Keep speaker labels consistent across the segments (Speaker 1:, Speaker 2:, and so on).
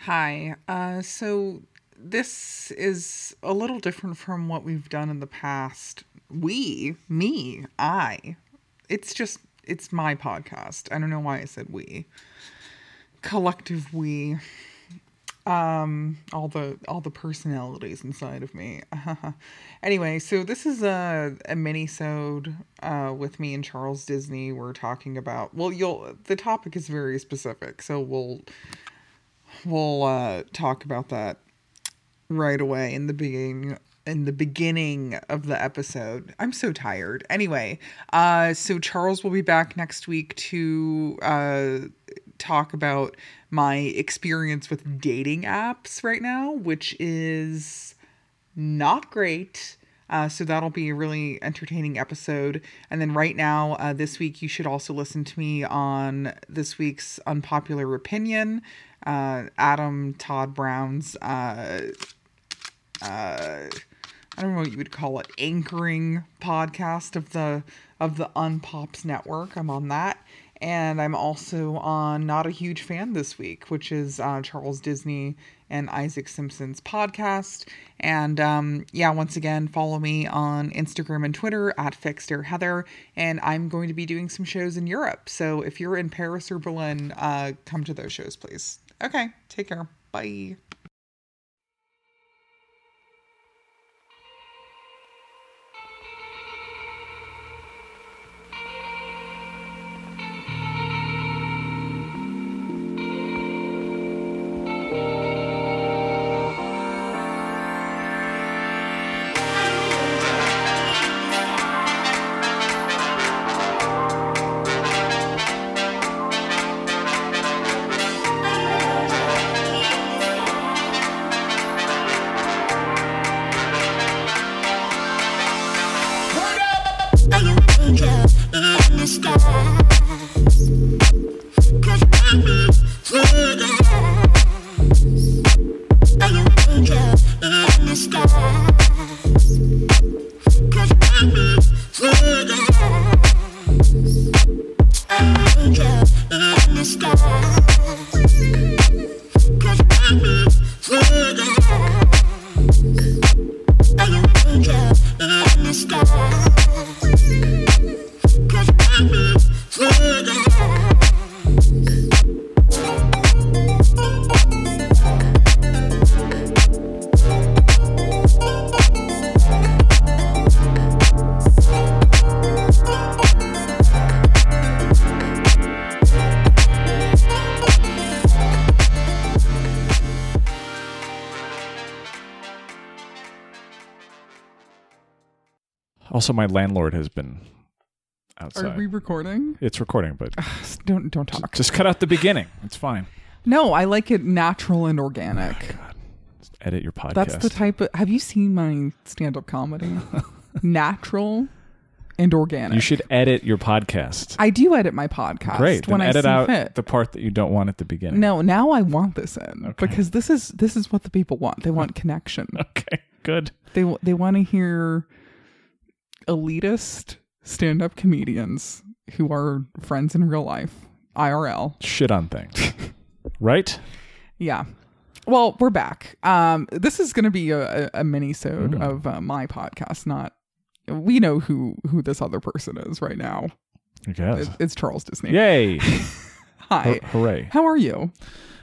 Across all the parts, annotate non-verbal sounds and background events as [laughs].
Speaker 1: Hi. Uh, so this is a little different from what we've done in the past. We, me, I. It's just, it's my podcast. I don't know why I said we. Collective we. Um, all the all the personalities inside of me. [laughs] anyway, so this is a a mini sode uh, with me and Charles Disney. We're talking about well, you'll the topic is very specific, so we'll we'll uh, talk about that right away in the beginning in the beginning of the episode. I'm so tired. Anyway, uh, so Charles will be back next week to uh, talk about my experience with dating apps right now, which is not great. Uh, so that'll be a really entertaining episode. And then right now, uh, this week, you should also listen to me on this week's unpopular opinion. Uh, Adam Todd Brown's, uh, uh, I don't know what you would call it, anchoring podcast of the of the Unpops Network. I'm on that. And I'm also on Not a Huge Fan this week, which is uh, Charles Disney and Isaac Simpson's podcast. And um, yeah, once again, follow me on Instagram and Twitter at Fixter Heather. And I'm going to be doing some shows in Europe. So if you're in Paris or Berlin, uh, come to those shows, please. Okay, take care. Bye.
Speaker 2: Are you angels in disguise? 'Cause we need you guys. Are you angels in disguise? 'Cause we need you guys. Are you angels in disguise? 'Cause we need you guys. Are you Uh-huh. angel in disguise? 'Cause we need you guys.
Speaker 3: Also, my landlord has been outside.
Speaker 1: Are we Oh, recording?
Speaker 3: it's recording, but
Speaker 1: Don't don't talk.
Speaker 3: just cut out the beginning. It's fine.
Speaker 1: No, I like it natural and
Speaker 3: [sighs]
Speaker 1: organic.
Speaker 3: Just edit your podcast.
Speaker 1: That's the type of. Have you seen my stand up
Speaker 3: [laughs]
Speaker 1: comedy? natural and organic.
Speaker 3: You should edit your podcast.
Speaker 1: I do edit my podcast.
Speaker 3: Great.
Speaker 1: When
Speaker 3: then
Speaker 1: I
Speaker 3: edit
Speaker 1: see
Speaker 3: out
Speaker 1: fit.
Speaker 3: the part that you don't want at the beginning.
Speaker 1: no, now I want this in because this is this is what the people want. They
Speaker 3: [laughs]
Speaker 1: want connection.
Speaker 3: [laughs] Okay. Good.
Speaker 1: they w- they want to hear elitist stand up comedians who are friends in real life, IRL.
Speaker 3: Shit on things. right?
Speaker 1: Yeah. Well, we're back. Um, this is going to be a, a, a mini-sode
Speaker 3: Mm.
Speaker 1: of uh, my podcast. Not we know who who this other person is right now.
Speaker 3: I guess.
Speaker 1: It, it's Charles Disney. [laughs]
Speaker 3: Yay.
Speaker 1: Hi.
Speaker 3: Hooray.
Speaker 1: How are you?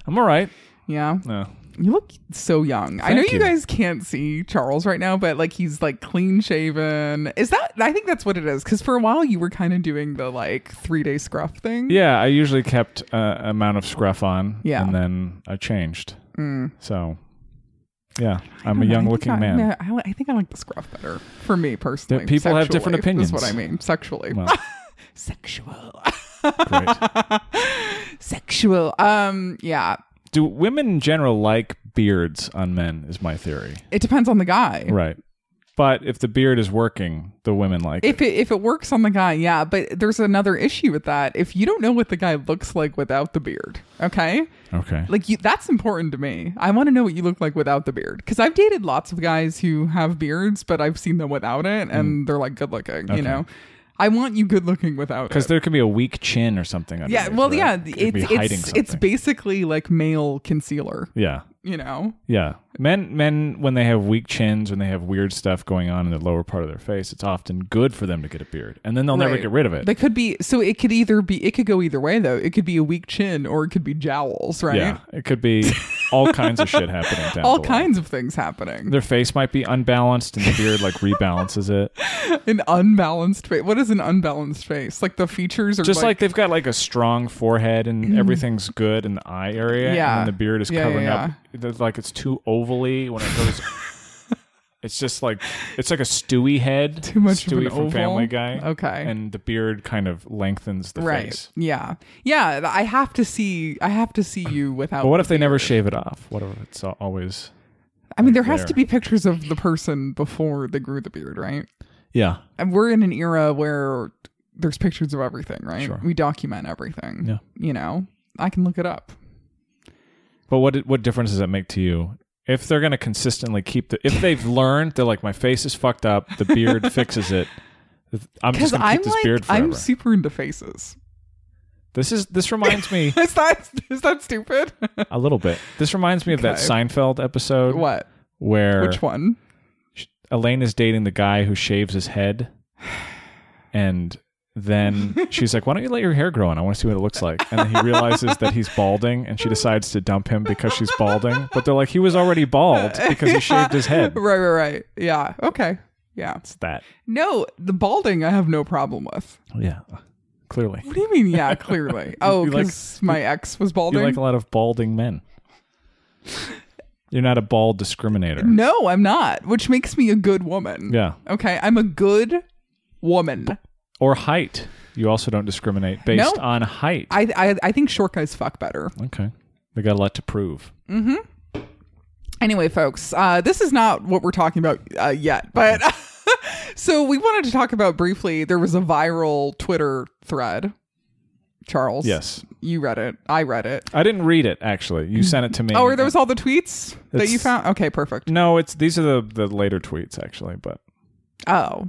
Speaker 3: I'm all right.
Speaker 1: Yeah.
Speaker 3: No.
Speaker 1: You look so young. I know
Speaker 3: Thank
Speaker 1: you
Speaker 3: you.
Speaker 1: guys can't see Charles right now, but like he's like clean shaven. Is that? I think that's what it is. Because for a while you were kind of doing the like three day scruff thing.
Speaker 3: Yeah, I usually kept uh, amount of scruff on.
Speaker 1: Yeah. Mm.
Speaker 3: And then I changed. So, yeah, I'm a
Speaker 1: I [laughs]
Speaker 3: young
Speaker 1: think
Speaker 3: looking
Speaker 1: I-
Speaker 3: man.
Speaker 1: no, I, li- I think I like the scruff better for me personally.
Speaker 3: people have different
Speaker 1: sexually,
Speaker 3: opinions.
Speaker 1: Is what I mean sexually.
Speaker 3: Well.
Speaker 1: Sexual. [laughs]
Speaker 3: Great.
Speaker 1: Sexual. Um. Yeah.
Speaker 3: Do women in general like beards on men? Is my theory.
Speaker 1: It depends on the guy.
Speaker 3: Right. But if the beard is working, the women like it.
Speaker 1: If it if it works on the guy, yeah. But there's another issue with that. If you don't know what the guy looks like without the beard, okay.
Speaker 3: Okay.
Speaker 1: like you that's important to me i want to know what you look like without the beard because i've dated
Speaker 3: Mm.
Speaker 1: lots of guys who have beards but i've seen them without it and they're like good looking you know I want you good looking without
Speaker 3: because
Speaker 1: it.
Speaker 3: there could be a weak chin or something. under
Speaker 1: Yeah,
Speaker 3: there,
Speaker 1: well,
Speaker 3: right?
Speaker 1: yeah,
Speaker 3: It could be
Speaker 1: it's
Speaker 3: hiding
Speaker 1: it's, it's
Speaker 3: something.
Speaker 1: basically like male concealer,
Speaker 3: yeah,
Speaker 1: you know.
Speaker 3: yeah. Men, men, when they have weak chins, when they have weird stuff going on in the lower part of their face, it's often good for them to get a beard, and then they'll never
Speaker 1: Right.
Speaker 3: get rid of it.
Speaker 1: They could be so it could either be it could go either way though. It could be a weak chin or it could be jowls, right?
Speaker 3: Yeah, it could be all kinds of shit happening.
Speaker 1: [laughs]
Speaker 3: Down
Speaker 1: All
Speaker 3: below.
Speaker 1: kinds of things happening.
Speaker 3: Their face might be unbalanced, and the beard like rebalances it.
Speaker 1: An unbalanced face. What is an unbalanced face? Like the features are
Speaker 3: Just like, they've got like a strong forehead and everything's good in the eye area.
Speaker 1: Mm-hmm. Yeah.
Speaker 3: And then the beard is
Speaker 1: Yeah, yeah,
Speaker 3: covering up. It's like it's too ovally when it
Speaker 1: [laughs]
Speaker 3: goes. it's just like it's like a Stewie head.
Speaker 1: Too much of
Speaker 3: Stewie
Speaker 1: an
Speaker 3: from
Speaker 1: oval?
Speaker 3: Family Guy.
Speaker 1: Okay.
Speaker 3: And the beard kind of lengthens the
Speaker 1: right.
Speaker 3: face.
Speaker 1: Yeah. Yeah, th- I have to see I have to see you without
Speaker 3: But what if they never shave it off? What if it's al- always?
Speaker 1: I mean there has
Speaker 3: there?
Speaker 1: to be pictures of the person before they grew the beard, right?
Speaker 3: Yeah.
Speaker 1: And we're in an era where there's pictures of everything, right?
Speaker 3: Sure.
Speaker 1: We document everything.
Speaker 3: Yeah.
Speaker 1: You know, I can look it up.
Speaker 3: But what what difference does that make to you? If they're going to consistently keep the, if they've learned, they're like, my face is fucked up.
Speaker 1: [laughs]
Speaker 3: The beard fixes it. I'm
Speaker 1: Because
Speaker 3: just going to
Speaker 1: I'm
Speaker 3: keep this
Speaker 1: like,
Speaker 3: beard forever.
Speaker 1: I'm super into faces.
Speaker 3: this is this reminds me.
Speaker 1: [laughs] Is that is that stupid?
Speaker 3: [laughs] A little bit. This reminds me of that
Speaker 1: Okay.
Speaker 3: Seinfeld episode
Speaker 1: what?
Speaker 3: where
Speaker 1: Which one?
Speaker 3: Elaine is dating the guy who shaves his head, and
Speaker 1: [laughs]
Speaker 3: then she's like, "Why don't you let your hair grow in? I want to see what it looks like." And then he realizes that he's balding, and she decides to dump him because she's balding. But they're like, "He was already bald
Speaker 1: [laughs]
Speaker 3: because he shaved his head."
Speaker 1: Right, right, right. Yeah. Okay. Yeah.
Speaker 3: It's that.
Speaker 1: No, the balding I have no problem with.
Speaker 3: Yeah, clearly.
Speaker 1: What do you mean?
Speaker 3: [laughs]
Speaker 1: Yeah, clearly. Oh,
Speaker 3: You like-
Speaker 1: because my ex was
Speaker 3: You
Speaker 1: balding.
Speaker 3: like a lot of balding men. You're not a bald
Speaker 1: [laughs]
Speaker 3: discriminator.
Speaker 1: no, I'm not. Which makes me a good woman.
Speaker 3: Yeah,
Speaker 1: Okay, I'm a good woman.
Speaker 3: or height. You also don't discriminate based
Speaker 1: No.
Speaker 3: on height.
Speaker 1: I I, I think short guys fuck better.
Speaker 3: Okay. They got a lot to prove.
Speaker 1: Anyway, folks, uh, this is not what we're talking about uh, yet, but [laughs] so we wanted to talk about briefly. There was a viral Twitter thread. Charles,
Speaker 3: Yes.
Speaker 1: you read it. I read it.
Speaker 3: I didn't read it actually. You sent it to me.
Speaker 1: [laughs] Oh, are those all the tweets that you
Speaker 3: It's-
Speaker 1: found? Okay, perfect.
Speaker 3: No, it's these are the, the later tweets actually, but
Speaker 1: Oh,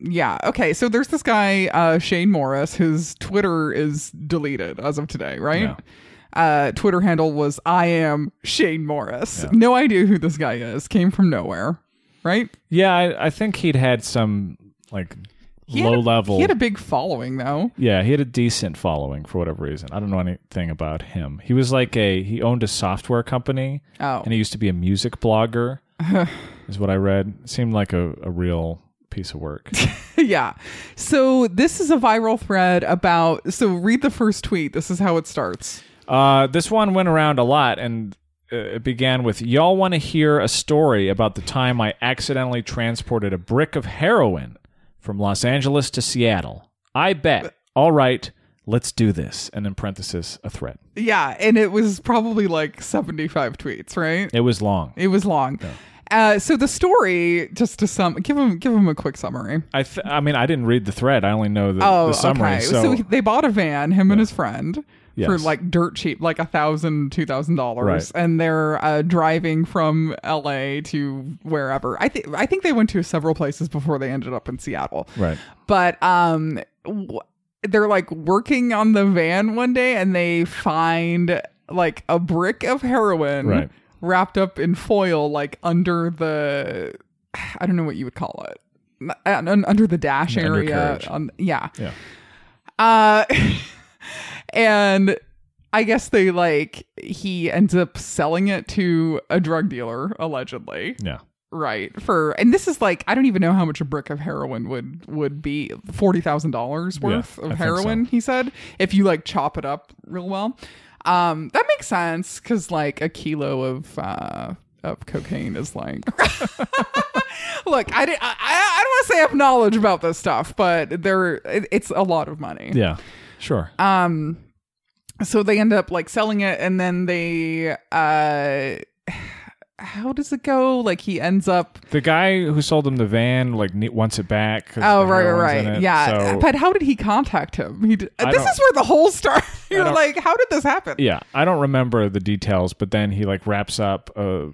Speaker 1: yeah. Okay, so there's this guy uh, Shane Morris. His Twitter is deleted as of today, right?
Speaker 3: Yeah.
Speaker 1: Uh, Twitter handle was I am Shane Morris. No idea who this guy is. Came from nowhere, right?
Speaker 3: yeah, I, I think he'd had some like
Speaker 1: He had
Speaker 3: low
Speaker 1: a-
Speaker 3: level.
Speaker 1: He had a big following though. [laughs]
Speaker 3: yeah, he had a decent following for whatever reason. I don't know anything about him. He was like a he owned a software company
Speaker 1: Oh.
Speaker 3: and he used to be a music
Speaker 1: [laughs]
Speaker 3: blogger. is what I read. seemed like a, a real piece of work.
Speaker 1: yeah. So this is a viral thread about. So read the first tweet. This is how it starts.
Speaker 3: Uh, this one went around a lot, and uh, it began with "Y'all want to hear a story about the time I accidentally transported a brick of heroin from Los Angeles to Seattle? I bet. All right, let's do this." And in parenthesis, a threat.
Speaker 1: Yeah, and it was probably like seventy-five tweets, right?
Speaker 3: It was long.
Speaker 1: It was long. Uh, so the story, just to sum, give him give him a quick summary.
Speaker 3: I, th- I mean, I didn't read the thread. I only know the,
Speaker 1: Oh,
Speaker 3: the summary.
Speaker 1: okay. [laughs]
Speaker 3: So,
Speaker 1: they bought a van, him and his friend, for
Speaker 3: Yes.
Speaker 1: like dirt cheap, like a thousand, two thousand dollars,
Speaker 3: Right.
Speaker 1: and they're uh, driving from L.A. to wherever. I think I think they went to several places before they ended up in Seattle.
Speaker 3: right.
Speaker 1: but um w- they're like working on the van one day and they find like a brick of heroin
Speaker 3: Right.
Speaker 1: wrapped up in foil like under the i don't know what you would call it N- uh, un- un- under the dash
Speaker 3: The
Speaker 1: area
Speaker 3: undercarriage.
Speaker 1: on, yeah
Speaker 3: Yeah.
Speaker 1: uh [laughs] and i guess they like he ends up selling it to a drug dealer allegedly
Speaker 3: Yeah.
Speaker 1: right for and this is like i don't even know how much a brick of heroin would would be $40000 worth
Speaker 3: Yeah,
Speaker 1: of
Speaker 3: I think so.
Speaker 1: heroin he said if you like chop it up real well um that makes sense because like a kilo of uh of cocaine is like [laughs] look i did i, I I don't want to say i have knowledge about this stuff but there it, it's a lot of money
Speaker 3: Yeah. Sure.
Speaker 1: um so they end up like selling it and then they uh [sighs] how does it go like he ends up
Speaker 3: the guy who sold him the van like ne- wants it back. 'cause
Speaker 1: oh
Speaker 3: the
Speaker 1: right
Speaker 3: heroin's
Speaker 1: right
Speaker 3: in
Speaker 1: right
Speaker 3: it.
Speaker 1: yeah
Speaker 3: So-
Speaker 1: but how did he contact him he d-
Speaker 3: I
Speaker 1: this
Speaker 3: don't-
Speaker 1: is where the whole
Speaker 3: [laughs]
Speaker 1: start you're
Speaker 3: don't-
Speaker 1: like how did this happen
Speaker 3: yeah i don't remember the details but then he like wraps up a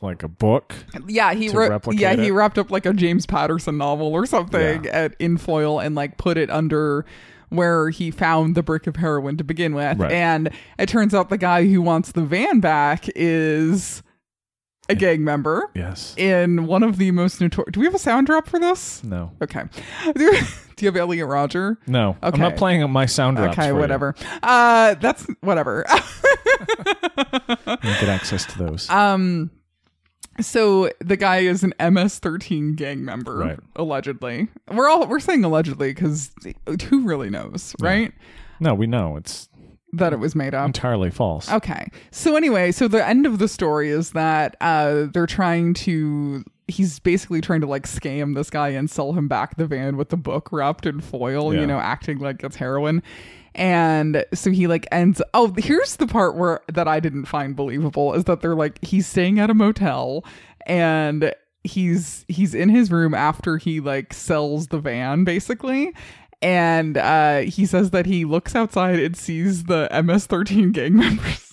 Speaker 3: like a book.
Speaker 1: Yeah, he
Speaker 3: to
Speaker 1: wrote.
Speaker 3: replicate
Speaker 1: Yeah, he
Speaker 3: it.
Speaker 1: wrapped up like a James Patterson novel or something at, in foil and like put it under where he found the brick of heroin to begin with.
Speaker 3: Right.
Speaker 1: And it turns out the guy who wants the van back is a gang member
Speaker 3: Yes.
Speaker 1: in one of the most notorious. Do we have a sound drop for this?
Speaker 3: No.
Speaker 1: Okay. [laughs] Do you have Elliot Roger?
Speaker 3: No. I'm
Speaker 1: Okay.
Speaker 3: not playing my sound drops.
Speaker 1: Okay,
Speaker 3: for you.
Speaker 1: whatever. Uh, that's whatever. [laughs]
Speaker 3: You get access to those.
Speaker 1: Um, so the guy is an MS13 gang member,
Speaker 3: Right.
Speaker 1: allegedly. We're all we're saying allegedly because who really knows, right?
Speaker 3: no, we know it's
Speaker 1: That it was made up.
Speaker 3: entirely false.
Speaker 1: Okay. So anyway, so the end of the story is that uh, they're trying to. He's basically trying to like scam this guy and sell him back the van with the book wrapped in foil,
Speaker 3: Yeah.
Speaker 1: you know, acting like it's heroin. And so he like ends. Oh, here's the part where that I didn't find believable is that they're like he's staying at a motel and he's he's in his room after he like sells the van basically and uh he says that he looks outside and sees the MS13 gang [laughs] members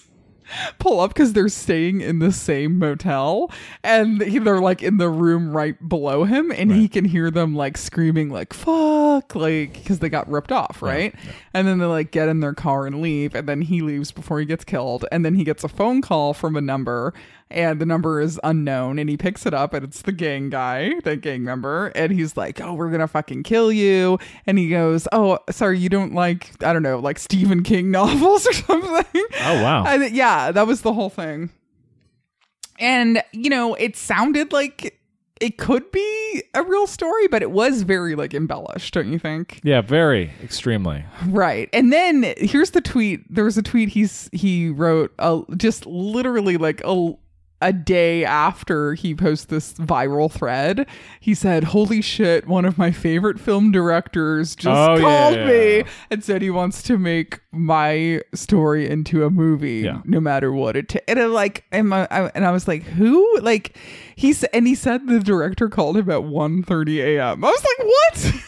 Speaker 1: pull up because they're staying in the same motel and he- they're like in the room right below him and he can hear them like screaming like fuck like because they got ripped off right and then they like get in their car and leave and then he leaves before he gets killed and then he gets a phone call from a number and the number is unknown and he picks it up and it's the gang guy the gang member and he's like oh we're gonna fucking kill you and he goes oh sorry you don't like i don't know like stephen king [laughs] novels or something
Speaker 3: Oh wow.
Speaker 1: I th- yeah, that was the whole thing. And, you know, it sounded like it could be a real story, but it was very, like, embellished, don't you think?
Speaker 3: yeah, very extremely.
Speaker 1: Right. And then here's the tweet. There was a tweet he's, he wrote uh, just literally, like, a, a day after he posts this viral thread, he said, Holy shit, one of my favorite film directors just
Speaker 3: Oh,
Speaker 1: called
Speaker 3: yeah.
Speaker 1: me and said he wants to make my story into a movie
Speaker 3: Yeah.
Speaker 1: no matter what it ta- and I'm like and, my, I, and I was like who like he s- and he said the director called him at 1:30 a.m. I was like what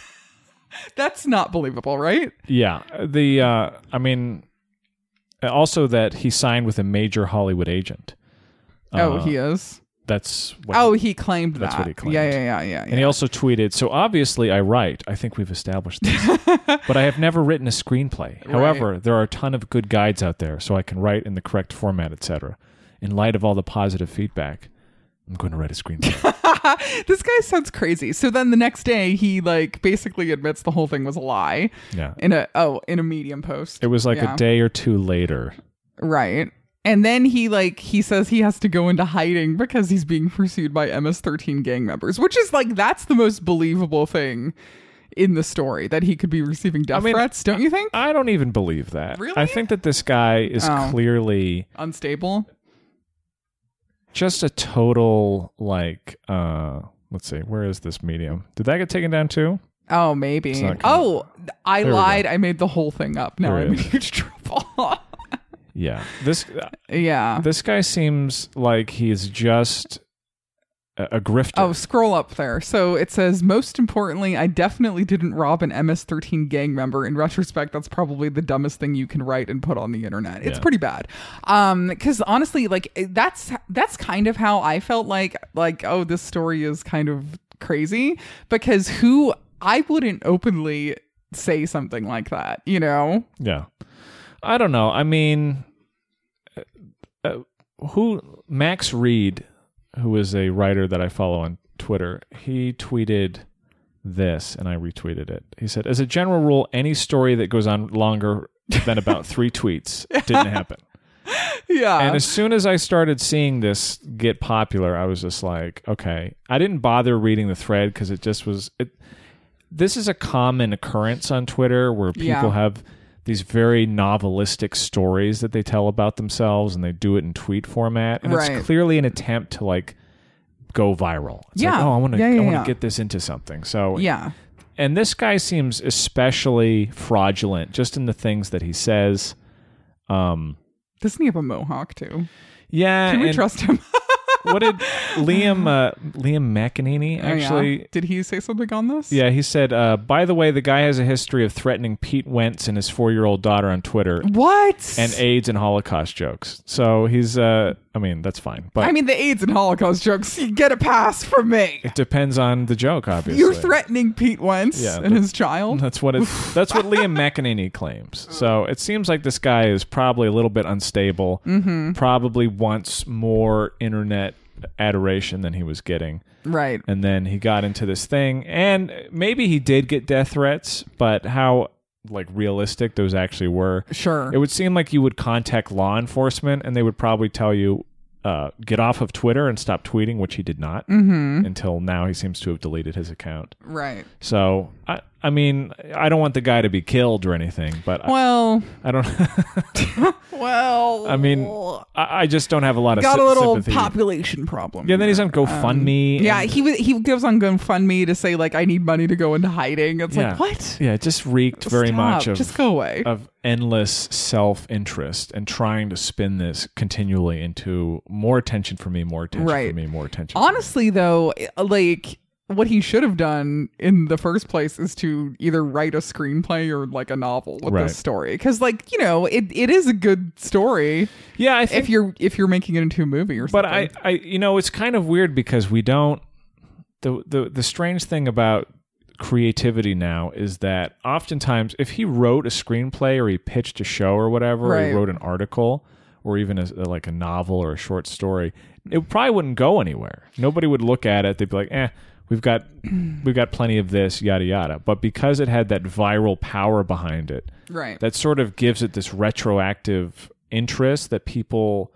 Speaker 1: [laughs] that's not believable right
Speaker 3: Yeah. The uh I mean also that he signed with a major Hollywood agent.
Speaker 1: oh
Speaker 3: Uh,
Speaker 1: he is
Speaker 3: That's what
Speaker 1: oh he claimed
Speaker 3: That's
Speaker 1: that
Speaker 3: what he claimed.
Speaker 1: yeah yeah yeah yeah,
Speaker 3: And he also tweeted, so obviously I write. I think we've established
Speaker 1: [laughs]
Speaker 3: this. but I have never written a screenplay. However, there are a ton of good guides out there, so I can write in the correct format, etc. In light of all the positive feedback, I'm going to write
Speaker 1: [laughs]
Speaker 3: a screenplay.
Speaker 1: yeah. this guy sounds crazy so then the next day he like basically admits the whole thing was a lie
Speaker 3: yeah.
Speaker 1: in a oh in a medium post
Speaker 3: It was like
Speaker 1: Yeah.
Speaker 3: a day or two later.
Speaker 1: Right. And then he like he says he has to go into hiding because he's being pursued by MS13 gang members, which is like that's the most believable thing in the story that he could be receiving death
Speaker 3: mean,
Speaker 1: threats, don't you think?
Speaker 3: I don't even believe that.
Speaker 1: Really?
Speaker 3: I think that this guy is
Speaker 1: Oh.
Speaker 3: clearly
Speaker 1: Unstable.
Speaker 3: just a total like uh let's see, where is this medium? Did that get taken down too?
Speaker 1: Oh, maybe.
Speaker 3: not gonna-
Speaker 1: Oh, I
Speaker 3: we go.
Speaker 1: lied. I made the whole thing up. Now
Speaker 3: There
Speaker 1: I'm in
Speaker 3: it is.
Speaker 1: huge [laughs] trouble.
Speaker 3: Yeah. This uh,
Speaker 1: yeah.
Speaker 3: this guy seems like he's just a, a grifter.
Speaker 1: Oh, scroll up there. So it says, most importantly, I definitely didn't rob an MS-13 gang member. In retrospect, that's probably the dumbest thing you can write and put on the internet. It's
Speaker 3: Yeah.
Speaker 1: pretty bad. Um, because honestly, like eh, that's that's kind of how I felt. Like like oh, this story is kind of crazy because who I wouldn't openly say something like that. You know?
Speaker 3: Yeah. I don't know. I mean, uh, uh, who Max Reed, who is a writer that I follow on Twitter, he tweeted this and I retweeted it. He said, "As a general rule, any story that goes on longer than about 3 tweets didn't happen."
Speaker 1: Yeah.
Speaker 3: And as soon as I started seeing this get popular, I was just like, okay. I didn't bother reading the thread because it just was. It, this is a common occurrence on Twitter where people
Speaker 1: Yeah.
Speaker 3: have these very novelistic stories that they tell about themselves and they do it in tweet format. And
Speaker 1: Right.
Speaker 3: it's clearly an attempt to like go viral. It's like,
Speaker 1: Yeah.
Speaker 3: oh, I want to
Speaker 1: Yeah, yeah,
Speaker 3: I want to
Speaker 1: yeah.
Speaker 3: get this into something. So
Speaker 1: yeah.
Speaker 3: and this guy seems especially fraudulent just in the things that he says. Um
Speaker 1: Doesn't he have a mohawk too?
Speaker 3: yeah,
Speaker 1: Can we
Speaker 3: and-
Speaker 1: trust him? [laughs]
Speaker 3: what did Liam uh, Liam McEnany
Speaker 1: Oh, yeah.
Speaker 3: actually?
Speaker 1: did he say something on this?
Speaker 3: yeah. he said. Uh, By the way, the guy has a history of threatening Pete Wentz and his four-year-old daughter on Twitter
Speaker 1: What?
Speaker 3: and AIDS and Holocaust jokes. So he's uh, I mean, that's fine. But
Speaker 1: I mean, the AIDS and Holocaust jokes you get a pass from
Speaker 3: [laughs]
Speaker 1: me.
Speaker 3: it depends on the joke, obviously.
Speaker 1: You're threatening Pete Wentz
Speaker 3: Yeah,
Speaker 1: and
Speaker 3: that-
Speaker 1: his child.
Speaker 3: That's
Speaker 1: [laughs]
Speaker 3: what it's, that's what Liam McEnany claims. So it seems like this guy is probably a little bit unstable.
Speaker 1: Mm-hmm.
Speaker 3: Probably wants more internet adoration than he was getting,
Speaker 1: Right.
Speaker 3: and then he got into this thing. And maybe he did get death threats, but how like realistic those actually were?
Speaker 1: Sure.
Speaker 3: It would seem like you would contact law enforcement, and they would probably tell you. Uh, get off of Twitter and stop tweeting, which he did not
Speaker 1: Mm-hmm.
Speaker 3: until now. He seems to have deleted his account.
Speaker 1: right.
Speaker 3: So I, I mean, I don't want the guy to be killed or anything, but I-
Speaker 1: Well,
Speaker 3: I, don't. [laughs]
Speaker 1: well.
Speaker 3: I mean, I, I just don't have a lot of
Speaker 1: got
Speaker 3: sy-
Speaker 1: a little
Speaker 3: sympathy.
Speaker 1: population problem.
Speaker 3: yeah, then he's on GoFundMe.
Speaker 1: Yeah,
Speaker 3: and-
Speaker 1: he was he goes on GoFundMe to say like I need money to go into hiding. It's
Speaker 3: yeah,
Speaker 1: like what?
Speaker 3: Yeah, it just reeked very
Speaker 1: Stop.
Speaker 3: much of
Speaker 1: just go [laughs] away.
Speaker 3: of endless self-interest and trying to spin this continually into more attention for me, more attention
Speaker 1: Right.
Speaker 3: for me, more attention. for me.
Speaker 1: Honestly, though, eh, like what he should have done in the first place is to either write a screenplay or like a novel with
Speaker 3: Right.
Speaker 1: this story, because like you know it, it is a good story
Speaker 3: yeah, I think
Speaker 1: if you're if you're making it into a movie or
Speaker 3: but
Speaker 1: something.
Speaker 3: I, I you know it's kind of weird because we don't the, the the strange thing about creativity now is that oftentimes if he wrote a screenplay or he pitched a show or whatever or he
Speaker 1: Right.
Speaker 3: wrote an article or even a, like a novel or a short story it probably wouldn't go anywhere nobody would look at it they'd be like eh we've got we've got plenty of this yada yada but because it had that viral power behind it
Speaker 1: right
Speaker 3: that sort of gives it this retroactive interest that people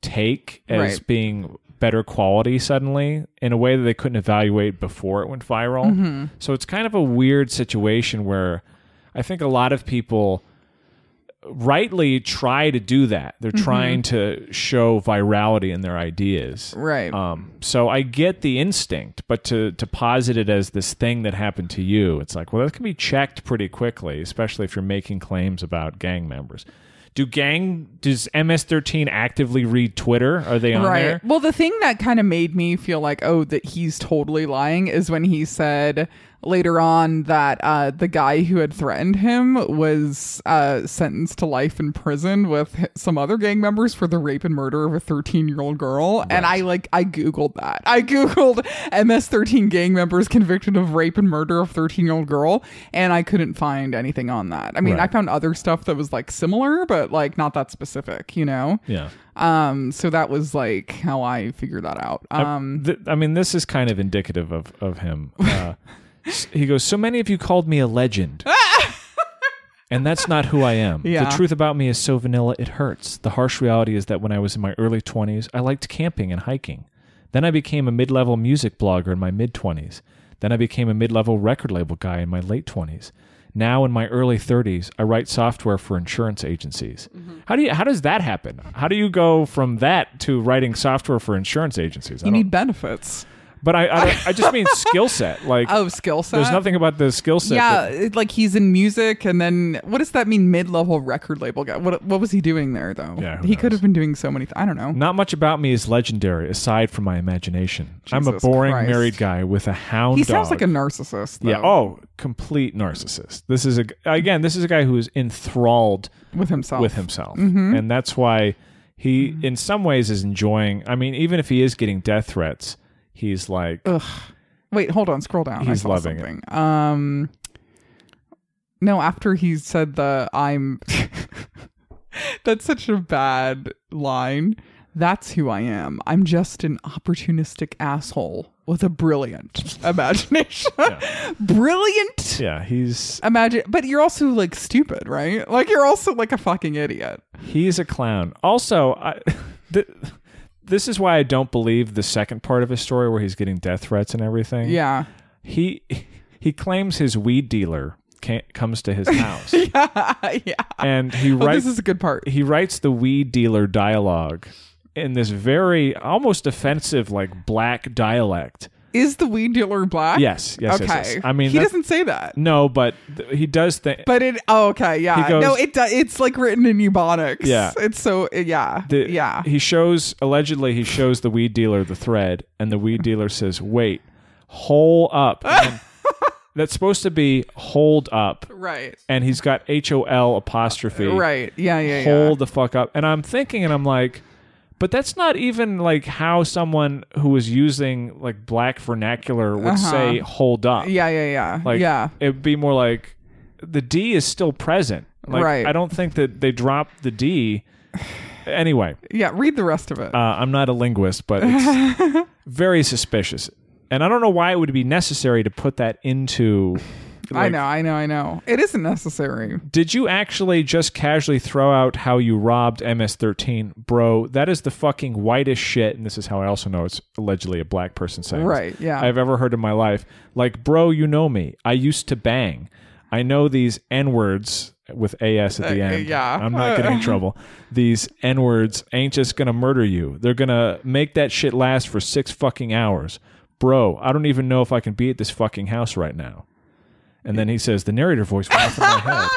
Speaker 3: take as
Speaker 1: Right.
Speaker 3: being better quality suddenly in a way that they couldn't evaluate before it went viral.
Speaker 1: Mm-hmm.
Speaker 3: So it's kind of a weird situation where I think a lot of people rightly try to do that. They're
Speaker 1: Mm-hmm.
Speaker 3: trying to show virality in their ideas.
Speaker 1: right
Speaker 3: Um, so I get the instinct, but to to posit it as this thing that happened to you, it's like, well, that can be checked pretty quickly, especially if you're making claims about gang members. Do gang does MS13 actively read Twitter? Are they on
Speaker 1: right.
Speaker 3: there?
Speaker 1: Well, the thing that kind of made me feel like, oh, that he's totally lying is when he said later on that uh, the guy who had threatened him was uh, sentenced to life in prison with h- some other gang members for the rape and murder of a 13 year old girl. And I like, I Googled that. I Googled MS 13 gang members convicted of rape and murder of 13 year old girl. And I couldn't find anything on that. I mean,
Speaker 3: Right.
Speaker 1: I found other stuff that was like similar, but like not that specific, you know?
Speaker 3: Yeah.
Speaker 1: Um, so that was like how I figured that out. Um,
Speaker 3: Th- I mean, this is kind of indicative of of him.
Speaker 1: [laughs]
Speaker 3: Uh, s- he goes, "So many of you called me a
Speaker 1: [laughs]
Speaker 3: legend." And that's not who I am.
Speaker 1: Yeah.
Speaker 3: The truth about me is so vanilla it hurts. The harsh reality is that when I was in my early 20s, I liked camping and hiking. Then I became a mid level music blogger in my mid 20s. Then I became a mid level record label guy in my late 20s. Now in my early 30s, I write software for insurance agencies.
Speaker 1: Mm-hmm.
Speaker 3: How do you how does that happen? How do you go from that to writing software for insurance agencies? I
Speaker 1: you
Speaker 3: don't-
Speaker 1: need benefits.
Speaker 3: but I, I, don't- I just mean skill set. Like,
Speaker 1: [laughs] Oh, skill set.
Speaker 3: there's nothing about the skill set.
Speaker 1: Yeah,
Speaker 3: that-
Speaker 1: it- like he's in music, and then what does that mean? Mid-level record label guy. What what was he doing there though?
Speaker 3: Yeah, who
Speaker 1: he could
Speaker 3: knows?
Speaker 1: have been doing so many. Th- I don't know.
Speaker 3: not much about me is legendary aside from my imagination. I'm a
Speaker 1: Jesus
Speaker 3: boring
Speaker 1: Christ.
Speaker 3: married guy with a hound.
Speaker 1: He sounds
Speaker 3: dog.
Speaker 1: like a narcissist. Though,
Speaker 3: yeah. Oh, complete narcissist. This is a g- again. This is a guy who is enthralled
Speaker 1: with himself.
Speaker 3: with himself,
Speaker 1: Mm-hmm.
Speaker 3: and that's why he, in some ways, is enjoying. I mean, even if he is getting death threats, he's like,
Speaker 1: Wait, hold on. Scroll down.
Speaker 3: He's
Speaker 1: I saw
Speaker 3: loving it.
Speaker 1: something. Um, no, after he said the I'm. [laughs] That's such a bad line. That's who I am. I'm just an opportunistic asshole with a brilliant [laughs] imagination. [laughs] brilliant
Speaker 3: yeah, he's
Speaker 1: imagine, but you're also like stupid, right? Like you're also like a fucking idiot.
Speaker 3: He's a clown. Also, I, [laughs] th- this is why I don't believe the second part of his story where he's getting death threats and everything.
Speaker 1: Yeah. [laughs]
Speaker 3: He he claims his weed dealer can comes
Speaker 1: [laughs]
Speaker 3: to his house
Speaker 1: yeah.
Speaker 3: and he
Speaker 1: Well,
Speaker 3: writes
Speaker 1: this is a good part.
Speaker 3: he writes the weed dealer dialogue in this very almost offensive like black dialect.
Speaker 1: Is the weed dealer black?
Speaker 3: Yes, yes,
Speaker 1: Okay.
Speaker 3: yes, yes. I mean,
Speaker 1: he
Speaker 3: that's-
Speaker 1: doesn't say that.
Speaker 3: No, but th- he does think
Speaker 1: But it oh okay yeah
Speaker 3: He goes-
Speaker 1: no it do- it's like written in ebonics
Speaker 3: Yeah.
Speaker 1: it's so yeah
Speaker 3: the-
Speaker 1: yeah
Speaker 3: He shows allegedly he shows the weed dealer the thread, and the weed dealer says, "Wait, hole
Speaker 1: [laughs]
Speaker 3: up." And that's supposed to be hold up,
Speaker 1: right
Speaker 3: and he's got H O L apostrophe
Speaker 1: right yeah yeah yeah
Speaker 3: hold the fuck up. And I'm thinking, and I'm like, But that's not even like how someone who is using like black vernacular would say hold up.
Speaker 1: Uh-huh. Yeah, yeah, yeah.
Speaker 3: Like
Speaker 1: yeah.
Speaker 3: it'd be more like the D is still present. Like
Speaker 1: Right.
Speaker 3: I don't think that they dropped the D. Anyway,
Speaker 1: Yeah, read the rest of it.
Speaker 3: uh, I'm not a linguist, but it's
Speaker 1: [laughs]
Speaker 3: very suspicious. And I don't know why it would be necessary to put that into
Speaker 1: I
Speaker 3: like-
Speaker 1: know, I know, I know. It isn't necessary.
Speaker 3: Did you actually just casually throw out how you robbed MS-13, bro? That is the fucking whitest shit, and this is how I also know it's allegedly a black person saying. this,
Speaker 1: Right, yeah.
Speaker 3: I've ever heard in my life. Like, bro, you know me. I used to bang. I know these n words with as at the
Speaker 1: Uh, uh,
Speaker 3: end.
Speaker 1: yeah.
Speaker 3: I'm not getting
Speaker 1: [laughs]
Speaker 3: in trouble. These n words ain't just gonna murder you. They're gonna make that shit last for six fucking hours, bro. I don't even know if I can be at this fucking house right now. And then he says, the narrator voice went off in my head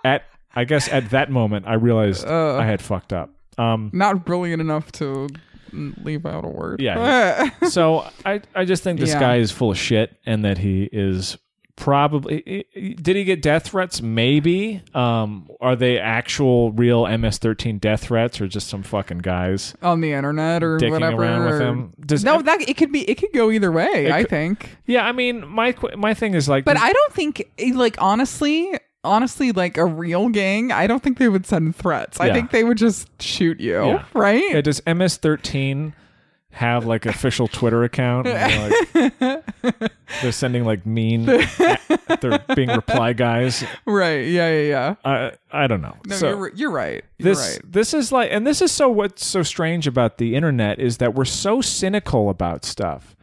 Speaker 1: [laughs]
Speaker 3: at I guess at that moment I realized
Speaker 1: Uh.
Speaker 3: I had fucked up. Um,
Speaker 1: Not brilliant enough to mm, leave out a word.
Speaker 3: Yeah. so I I just think this
Speaker 1: Yeah.
Speaker 3: guy is full of shit and that he is probably did he get death threats maybe um are they actual real ms13 death threats or just some fucking guys
Speaker 1: [laughs] on the internet or
Speaker 3: dicking
Speaker 1: whatever.
Speaker 3: around with
Speaker 1: or-
Speaker 3: him does
Speaker 1: No, that it could be. It could go either way. I
Speaker 3: could-
Speaker 1: think.
Speaker 3: yeah i mean my qu- my thing is like
Speaker 1: But I don't think, like, honestly, honestly, like a real gang, I don't think they would send threats. I
Speaker 3: Yeah.
Speaker 1: think they would just shoot you,
Speaker 3: Yeah.
Speaker 1: right?
Speaker 3: Yeah, does MS13 have
Speaker 1: [laughs]
Speaker 3: like official Twitter account? And they're, like- they're sending
Speaker 1: [laughs]
Speaker 3: like mean. they're being reply guys.
Speaker 1: right. Yeah, yeah, yeah.
Speaker 3: I I don't know.
Speaker 1: No,
Speaker 3: so
Speaker 1: you're, you're right. You're
Speaker 3: this
Speaker 1: right.
Speaker 3: this is like, and this is so what's so strange about the internet is that we're so cynical about stuff,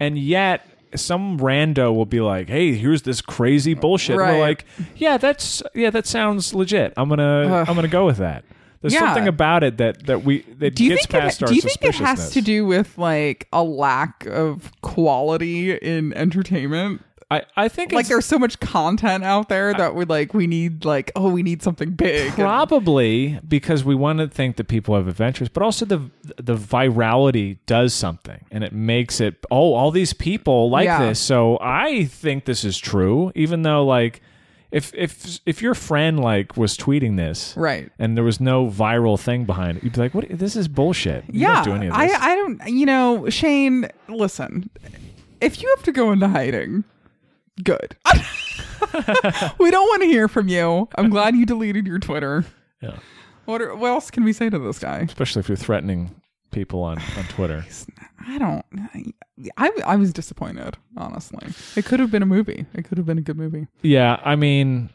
Speaker 3: and yet some rando will be like, "Hey, here's this crazy bullshit." And
Speaker 1: Right.
Speaker 3: we're like, "Yeah, that's yeah, that sounds legit. I'm gonna I'm gonna go with that." There's
Speaker 1: Yeah.
Speaker 3: something about it that that we that
Speaker 1: Do you
Speaker 3: gets
Speaker 1: think
Speaker 3: past
Speaker 1: it,
Speaker 3: our
Speaker 1: do you think it has
Speaker 3: suspiciousness.
Speaker 1: to do with like a lack of quality in entertainment?
Speaker 3: I, I think
Speaker 1: Like
Speaker 3: it's
Speaker 1: there's so much content out there that we like we need like oh we need something big. and-
Speaker 3: probably because we want to think that people have adventures, but also the the virality does something and it makes it oh all these people like
Speaker 1: Yeah.
Speaker 3: this, so I think this is true, even though like if if if your friend like was tweeting this
Speaker 1: Right.
Speaker 3: and there was no viral thing behind it, you'd be like, what this is bullshit. You
Speaker 1: yeah,
Speaker 3: don't do any of this.
Speaker 1: I I don't you know Shane. Listen, if you have to go into hiding, [laughs] good. we don't want to hear from you. I'm glad you deleted your Twitter.
Speaker 3: Yeah.
Speaker 1: What are, what else can we say to this guy?
Speaker 3: Especially if you're threatening people on on Twitter.
Speaker 1: I don't. I I was disappointed. Honestly, it could have been a movie. It could have been a good movie.
Speaker 3: Yeah, I mean,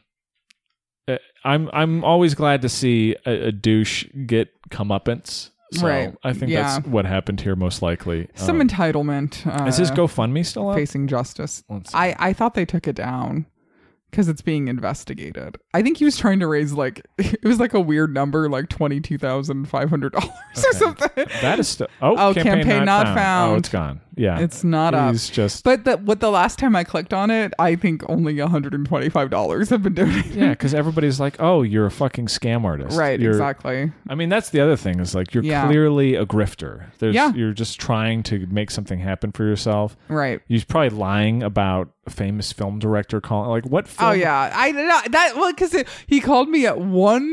Speaker 3: uh, I'm I'm always glad to see a, a douche get comeuppance. So
Speaker 1: Right,
Speaker 3: I think that's
Speaker 1: yeah.
Speaker 3: what happened here, most likely.
Speaker 1: Some
Speaker 3: Um,
Speaker 1: entitlement. Uh,
Speaker 3: is his GoFundMe still up?
Speaker 1: facing justice?
Speaker 3: Let's see.
Speaker 1: I I thought they took it down because it's being investigated. I think he was trying to raise like [laughs] it was like a weird number, like twenty two thousand five hundred dollars or
Speaker 3: [laughs]
Speaker 1: something.
Speaker 3: that is still. Oh,
Speaker 1: Oh,
Speaker 3: campaign,
Speaker 1: campaign not
Speaker 3: not, found. Oh,
Speaker 1: found.
Speaker 3: it's gone. Yeah,
Speaker 1: It's not up.
Speaker 3: He's just
Speaker 1: But the, what the last time I clicked on it, I think only one hundred and twenty five dollars have been donated.
Speaker 3: yeah, because everybody's like, oh, you're a fucking scam
Speaker 1: [laughs]
Speaker 3: artist,
Speaker 1: Right,
Speaker 3: You're,
Speaker 1: exactly.
Speaker 3: I mean, that's the other thing is like you're
Speaker 1: Yeah.
Speaker 3: clearly a grifter. There's,
Speaker 1: Yeah.
Speaker 3: you're just trying to make something happen for yourself.
Speaker 1: Right.
Speaker 3: You're probably lying about a famous film director calling. Like, what? Film
Speaker 1: Oh yeah, I don't know that well because he called me at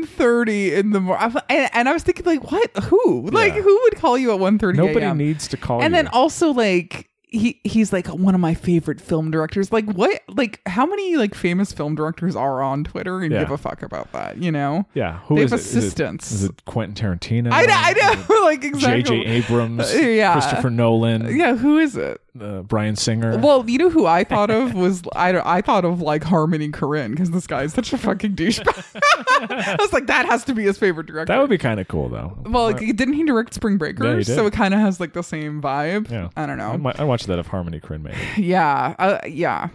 Speaker 1: 1.30 in the morning, and, and I was thinking like, what? Who? Like,
Speaker 3: Yeah.
Speaker 1: who would call you at 1.30
Speaker 3: Nobody
Speaker 1: a.m.?
Speaker 3: needs to call
Speaker 1: And
Speaker 3: you.
Speaker 1: then also like he he's like one of my favorite film directors. Like what? Like how many like famous film directors are on Twitter and
Speaker 3: Yeah.
Speaker 1: give a fuck about that? You know?
Speaker 3: yeah, who
Speaker 1: they
Speaker 3: is
Speaker 1: have
Speaker 3: it? Is it-
Speaker 1: assistants.
Speaker 3: Is it Quentin Tarantino?
Speaker 1: I know, I know, [laughs] like exactly.
Speaker 3: J.J. Abrams,
Speaker 1: Uh, [laughs] yeah.
Speaker 3: Christopher Nolan,
Speaker 1: [laughs] Yeah, who is it?
Speaker 3: uh, Brian Singer.
Speaker 1: [laughs] Well, you know who I thought of was I don't- I thought of like Harmony Korine because this guy is such a fucking douchebag. [laughs] I was like, that has to be his favorite director.
Speaker 3: that would be kind of cool though.
Speaker 1: Well, like, didn't he direct Spring
Speaker 3: Yeah, he
Speaker 1: Breakers?
Speaker 3: did.
Speaker 1: so it kind of has like the same vibe.
Speaker 3: yeah,
Speaker 1: I don't know.
Speaker 3: I might, I watched that of Harmony Korine made it.
Speaker 1: yeah, uh, yeah.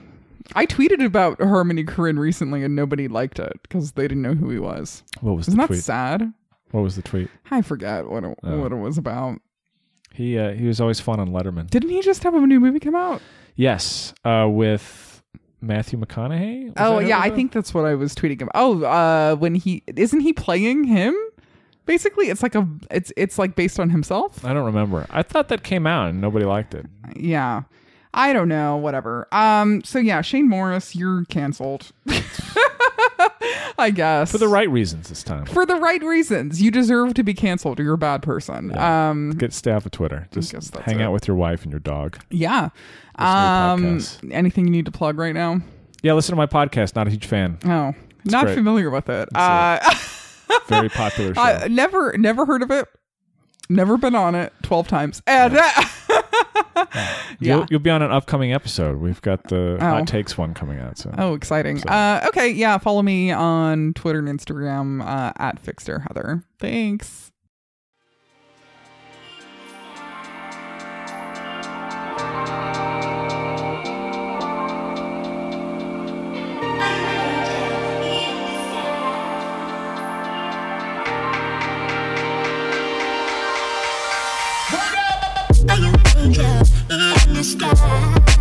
Speaker 1: I tweeted about Harmony Korine recently, and nobody liked it because they didn't know who he was.
Speaker 3: What was
Speaker 1: Isn't
Speaker 3: the
Speaker 1: that
Speaker 3: tweet?
Speaker 1: sad?
Speaker 3: What was the tweet?
Speaker 1: I forget what it,
Speaker 3: Oh.
Speaker 1: what it was about.
Speaker 3: He uh, he was always fun on Letterman.
Speaker 1: Didn't he just have a new movie come out?
Speaker 3: yes, uh, with Matthew McConaughey. Was
Speaker 1: oh
Speaker 3: that who
Speaker 1: yeah,
Speaker 3: it
Speaker 1: I
Speaker 3: was?
Speaker 1: think that's what I was tweeting about. Oh, uh, when he isn't he playing him? Basically, it's like a it's it's like based on himself.
Speaker 3: I don't remember. I thought that came out and nobody liked it.
Speaker 1: Yeah. I don't know, whatever. Um so yeah, Shane Morris, you're canceled. [laughs] I guess.
Speaker 3: for the right reasons this time.
Speaker 1: for the right reasons. You deserve to be canceled. You're a bad person. Um
Speaker 3: Get stay off of Twitter. Just
Speaker 1: guess that's
Speaker 3: hang
Speaker 1: it.
Speaker 3: out with your wife and your dog.
Speaker 1: yeah. Um
Speaker 3: podcasts.
Speaker 1: anything you need to plug right now?
Speaker 3: Yeah, listen to my podcast. Not a huge fan.
Speaker 1: Oh. Not
Speaker 3: great.
Speaker 1: familiar with it. Uh, [laughs]
Speaker 3: Very popular show.
Speaker 1: I never never heard of it. Never been on it 12 times. And [laughs] yeah.
Speaker 3: you'll, you'll be on an upcoming episode. We've got the
Speaker 1: Oh.
Speaker 3: hot takes one coming out. So
Speaker 1: Oh, exciting. Uh, okay, yeah, follow me on Twitter and Instagram uh, at Fixter Heather. Thanks.
Speaker 2: Are you angel in the sky?